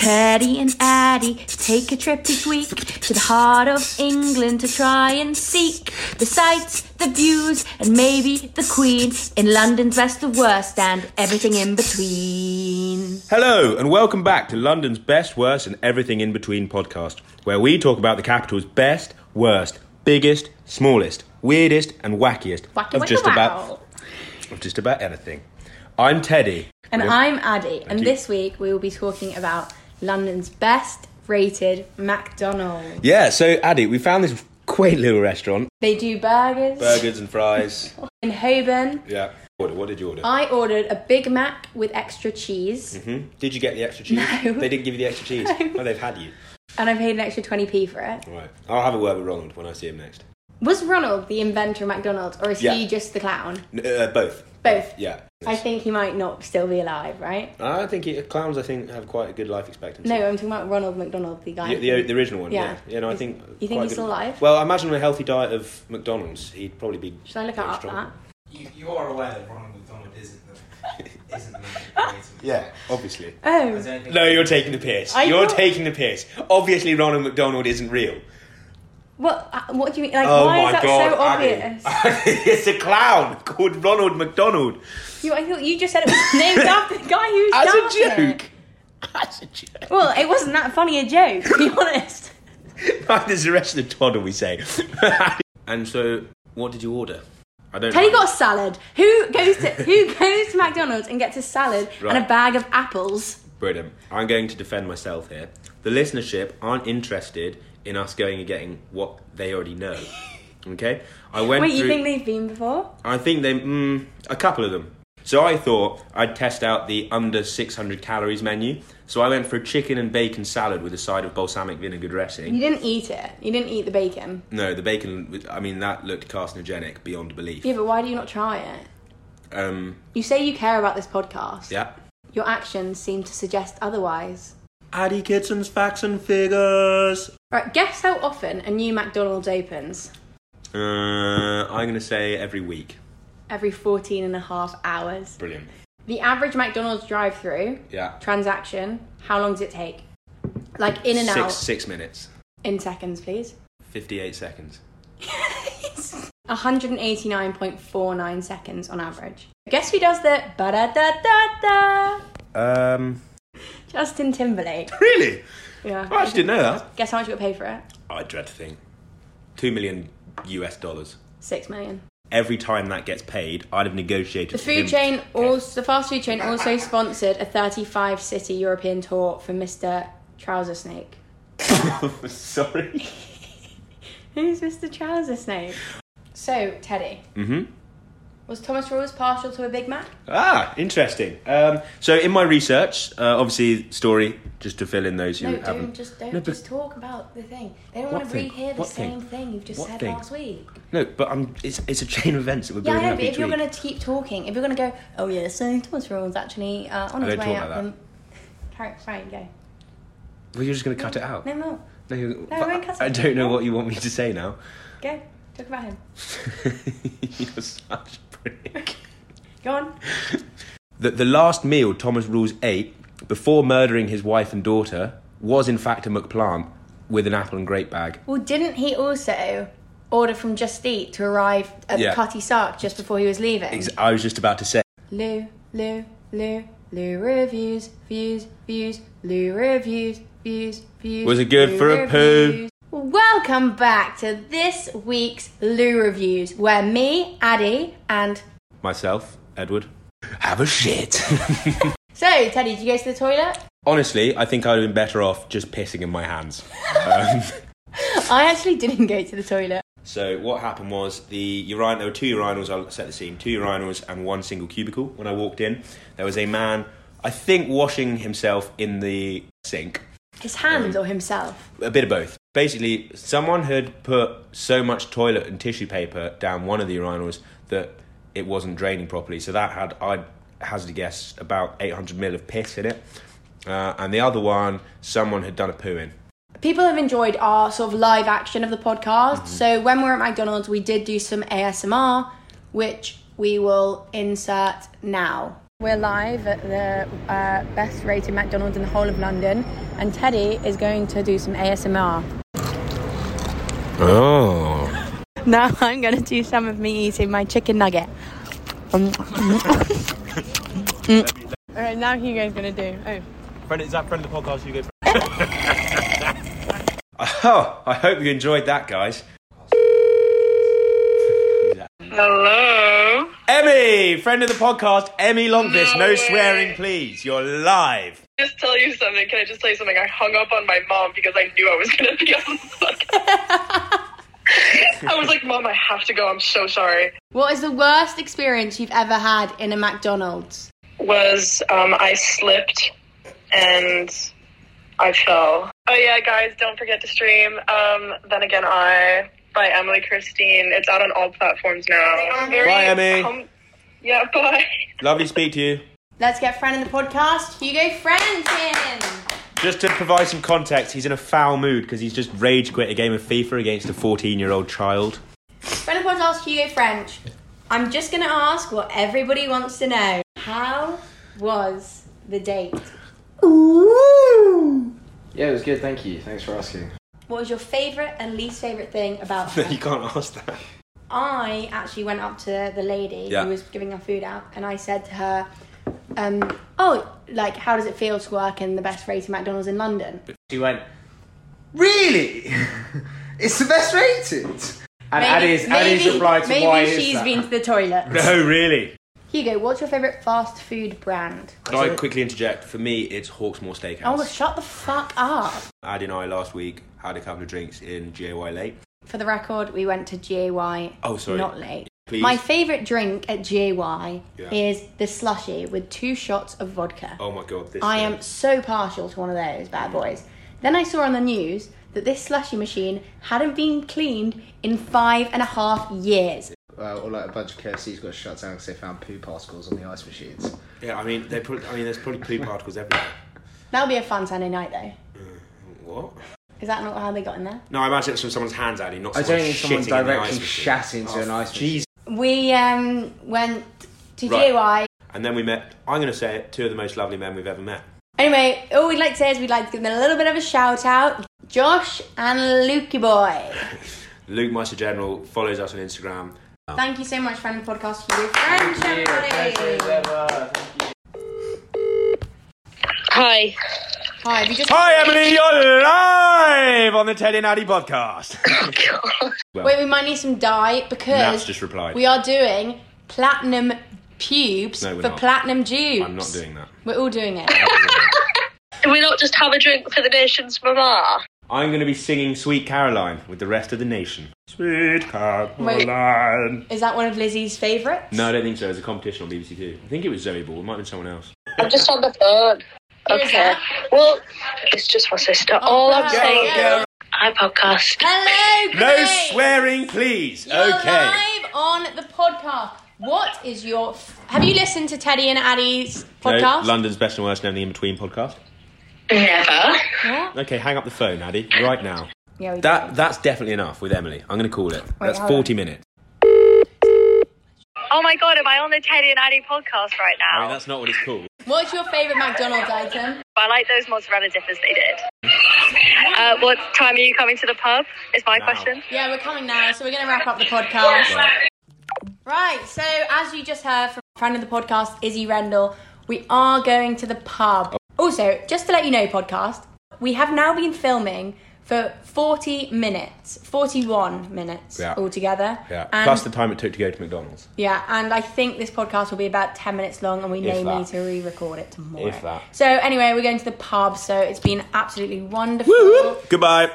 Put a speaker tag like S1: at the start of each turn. S1: Paddy and Addie take a trip each week to the heart of England to try and seek the sights, the views, and maybe the Queen in London's best of worst and everything in between.
S2: Hello, and welcome back to London's Best, Worst, and Everything in Between podcast, where we talk about the capital's best, worst, biggest, smallest, weirdest, and wackiest
S1: Wacky,
S2: of
S1: wacky,
S2: just
S1: wow.
S2: about of just about anything. I'm Teddy.
S3: And
S2: We're-
S3: I'm Addie, and
S2: you.
S3: this week we will be talking about London's best rated McDonald's.
S2: yeah. So, Addy, we found this quaint little restaurant,
S3: They do burgers.
S2: burgers and fries.
S3: In Holborn,
S2: yeah. What, what did you order?
S3: I ordered a Big Mac with extra cheese,
S2: Hmm? Did you get the extra cheese?
S3: No.
S2: They didn't give you the extra cheese.
S3: No.
S2: Oh, they've had you.
S3: and I paid an extra 20p for it.
S2: Right. I'll have a word with Ronald when I see him next.
S3: Was Ronald the inventor of McDonald's, or is
S2: Yeah.
S3: he just the clown?
S2: N- Uh, both.
S3: Both.
S2: Yeah.
S3: I think he might not still be alive, right?
S2: I think he, clowns. I think have quite a good life expectancy.
S3: No, I'm talking about Ronald McDonald, the guy.
S2: The, the, the original one, yeah.
S3: Yeah.
S2: Yeah, no, I
S3: Is-
S2: think.
S3: you think
S2: quite good-
S3: he's still alive?
S2: Well, I imagine on a healthy diet of McDonald's, he'd probably be.
S3: Should I look
S2: pretty
S3: up
S2: strong.
S3: that?
S4: You, you are aware that Ronald McDonald isn't the isn't the creator. Uh,
S2: Yeah, obviously.
S4: I
S3: Oh,
S4: don't think
S2: No, you're taking the piss.
S3: I
S2: you're
S3: know.
S2: taking the piss. Obviously, Ronald McDonald isn't real.
S3: what? uh, What do you mean? Like,
S2: Oh
S3: why
S2: my
S3: is that
S2: god,
S3: so
S2: Abby.
S3: obvious?
S2: it's a clown called Ronald McDonald.
S3: You, I thought you just said it was named after the guy who
S2: As
S3: started
S2: a
S3: it.
S2: joke. As a joke.
S3: Well, it wasn't that funny a joke, to be honest.
S2: Neither is the rest of the twaddle we say. and so, what did you order? I don't.
S3: Teddy
S2: know.
S3: got a salad. Who goes to who goes to McDonald's and gets a salad and
S2: Right.
S3: a bag of apples?
S2: Brilliant. um, I'm going to defend myself here. The listenership aren't interested in us going and getting what they already know. Okay? I went
S3: Wait, you
S2: through-
S3: think they've been before?
S2: I think they mm, a couple of them. So I thought I'd test out the under 600 calories menu. So I went for a chicken and bacon salad with a side of balsamic vinegar dressing.
S3: You didn't eat it. You didn't eat the bacon.
S2: No, the bacon I mean that looked carcinogenic beyond belief.
S3: Yeah, but why do you not try it?
S2: Um
S3: You say you care about this podcast.
S2: yeah.
S3: Your actions seem to suggest otherwise.
S2: Addy Kitson's facts and figures.
S3: Right, guess how often a new McDonald's opens?
S2: Uh, I'm going to say every week.
S3: Every 14 and a half hours.
S2: Brilliant.
S3: The average McDonald's drive through
S2: Yeah.
S3: transaction, how long does it take? Like in and
S2: six,
S3: out.
S2: Six minutes.
S3: In seconds, please.
S2: 58 seconds.
S3: 189.49 seconds on average. Guess who does the ba da da da da?
S2: Um,
S3: Justin Timberlake.
S2: really? I
S3: Yeah.
S2: actually didn't know that.
S3: Guess how much you got paid for it?
S2: I dread to think. Two million US dollars.
S3: Six million.
S2: Every time that gets paid, I'd have negotiated.
S3: The food chain also, the fast food chain also sponsored a 35 city European tour for Mr. Trouser Snake.
S2: Oh, Sorry.
S3: Who's Mr. Trouser Snake? So, Teddy. Mm-hmm. Was Thomas Rawls partial to a Big Mac?
S2: Ah, interesting. Um, so in my research, uh, obviously story just to fill in those who
S3: No,
S2: haven't.
S3: don't just don't
S2: No, but-
S3: just talk about the thing. They don't
S2: What
S3: want to
S2: thing?
S3: rehear the
S2: What thing?
S3: same thing, you've just
S2: What
S3: said
S2: thing?
S3: last week.
S2: No, but I'm. It's, it's a chain of events that we're
S3: Yeah,
S2: building
S3: I know,
S2: up
S3: but
S2: each
S3: if you're
S2: week.
S3: going to keep talking, if you're going to go, oh yeah, so Thomas Rawls actually uh, on
S2: I
S3: his
S2: don't
S3: way
S2: talk like
S3: up. the Carry, fine, go.
S2: Well, you're just going to cut it out.
S3: No, no,
S2: No, you-
S3: I
S2: but
S3: won't cut
S2: I
S3: it.
S2: don't know what you want me to say now.
S3: go. Talk about him.
S2: you're such a prick.
S3: Go on.
S2: that the last meal Thomas Rules ate before murdering his wife and daughter was in fact a McPlant with an apple and grape bag.
S3: Well, didn't he also order from Just Eat to arrive at
S2: Yeah.
S3: the Cutty Sark just before he was leaving?
S2: Ex- I was just about to say.
S3: Lou, Lou, Lou, Lou reviews, views, views, Lou reviews, views, views.
S2: Was it good
S3: Lou
S2: for a poo?
S3: reviews. Welcome back to this week's Lou Reviews, where me, Addie, and.
S2: Myself, Edward. Have a shit.
S3: So, Teddy, did you go to the toilet?
S2: Honestly, I think I'd have been better off just pissing in my hands. Um,
S3: I actually didn't go to the toilet.
S2: so what happened was the urinal. There were two urinals. I'll set the scene. Two urinals and one single cubicle. When I walked in, there was a man. I think washing himself in the sink.
S3: His hands or himself?
S2: a bit of both. Basically, someone had put so much toilet and tissue paper down one of the urinals that it wasn't draining properly. So that had, I'd hazard a guess, about 800 mil of piss in it. Uh, and the other one, someone had done a poo in.
S3: People have enjoyed our sort of live action of the podcast. So, when we we're at McDonald's, we did do some ASMR, which we will insert now. We're live at the uh, best rated McDonald's in the whole of London, and Teddy is going to do some ASMR.
S2: Oh.
S3: Now I'm going to do some of me eating my chicken nugget. Um, All right, now Hugo's going to do. Oh,
S5: Friend, is that friend of the podcast? You go.
S2: Oh, I hope you enjoyed that, guys.
S6: Hello.
S2: Emmy, friend of the podcast, Emmy Longfist. No, swearing, please. You're live.
S6: Just tell you something. Can I just tell you something? I hung up on my mom because I knew I was going to be on the podcast. I was like, Mom, I have to go. I'm so sorry.
S3: what is the worst experience you've ever had in a McDonald's?
S6: Was um, I slipped and I fell. Oh yeah, guys, don't forget to stream. Um, then again, I by Emily Christine. It's out on all platforms now. I'm very
S2: Bye, Emmy.
S6: hum- yeah, bye.
S2: Lovely to speak to you.
S3: Let's get Fran in the podcast. Hugo Friends in.
S2: Just to provide some context, he's in a foul mood because he's just rage quit a game of FIFA against a 14 year old child.
S3: Friend of the podcast, Hugo French. I'm just going to ask what everybody wants to know. How was the date?
S7: Yeah, it was good. Thank you. Thanks for asking.
S3: What was your favourite and least favourite thing about
S2: you
S3: her?
S2: can't ask that.
S3: I actually went up to the lady
S2: Yeah.
S3: who was giving our food out and I said to her, um, oh, like, how does it feel to work in the best rated McDonald's in London?
S7: She went, Really? it's the best rated. And Addie's, Addie's reply to
S3: maybe
S7: why
S3: she's
S7: is that?
S3: been to the toilet.
S2: No, really.
S3: Hugo, what's your favourite fast food brand?
S2: Can I quickly interject? For me, it's Hawksmoor Steakhouse.
S3: Oh, shut the fuck up.
S2: Ad and I last week had a couple of drinks in GAY late.
S3: For the record, we went to GAY.
S2: Oh, sorry.
S3: Not late.
S2: Please.
S3: My favourite drink at GAY
S2: Yeah.
S3: is the slushy with two shots of vodka.
S2: oh my god, this.
S3: I
S2: thing.
S3: am so partial to one of those bad boys. Then I saw on the news that this slushy machine hadn't been cleaned in five and a half years.
S7: Uh, or like a bunch of KFC's got shut down because they found poo particles on the ice machines.
S2: Yeah, I mean, they put. I mean, there's probably poo particles everywhere.
S3: That'll be a fun Sunday night, though.
S2: What?
S3: Is that not how they got in there?
S2: No, I imagine it's from someone's hands, Addy, not
S7: I don't need
S2: someone shitting
S7: someone
S2: in the
S7: directly
S2: ice machine.
S7: shat into an ice machine.
S2: Jeez.
S3: We um, went to
S2: Right.
S3: GAY.
S2: And then we met. I'm going to say it. Two of the most lovely men we've ever met.
S3: Anyway, all we'd like to say is we'd like to give them a little bit of a shout out. Josh and Lukey Boy.
S2: Luke Meister General follows us on Instagram.
S3: Thank you so much, friend of the podcast, for your friendship, everybody.
S6: Hi.
S3: Hi, we just
S2: Hi, Emily. You're live on the Teddy and Addy podcast.
S3: wait. We might need some dye because
S2: Nat's just replied.
S3: we are doing platinum pubes
S2: No, we're
S3: for
S2: not.
S3: platinum dupes.
S2: I'm not doing that.
S3: We're all doing it.
S6: Can we not just have a drink for the nation's mama?
S2: I'm going to be singing Sweet Caroline with the rest of the nation. Sweet Caroline.
S3: Is that one of Lizzie's favourites?
S2: No, I don't think so. It was a competition on BBC Two. I think it was Zoe Ball. It might have been someone else.
S6: I'm just on the phone.
S3: Who is
S6: Okay.
S3: that?
S6: Well, it's just my sister. All I'm
S3: wow.
S6: saying
S3: Go,
S6: is, hi podcast.
S3: Hello,
S2: No
S3: Grace.
S2: swearing, please.
S3: You're
S2: okay.
S3: live on the podcast. What is your? F- Have you listened to Teddy and Addie's podcast?
S2: London's best and worst and everything in between podcast.
S6: Never.
S2: Okay, hang up the phone, Addy, right now.
S3: yeah, we
S2: That that's definitely enough with Emily. I'm going to call it. that's
S3: hold
S2: 40
S3: on.
S2: minutes.
S6: Oh my god, am I on the Teddy and Addy podcast right
S2: I
S6: now?
S2: mean, that's not what it's called.
S3: did. What's your favourite McDonald's item?
S6: I like those mozzarella dippers they did. Uh, what time are you coming to the pub? Is my
S2: Now.
S6: question.
S3: Yeah, we're coming now, so we're going to wrap up the podcast. Right, so as you just heard from a friend of the podcast, Izzy Rendell, we are going to the pub. Also, just to let you know, podcast, we have now been filming for 40 minutes, 41 minutes
S2: Yeah.
S3: altogether.
S2: Yeah.
S3: And,
S2: Plus the time it took to go to McDonald's.
S3: yeah, and I think this podcast will be about 10 minutes long, and we may
S2: that.
S3: need to re record it tomorrow.
S2: If that.
S3: So, anyway, we're going to the pub, so it's been absolutely wonderful.
S2: Goodbye.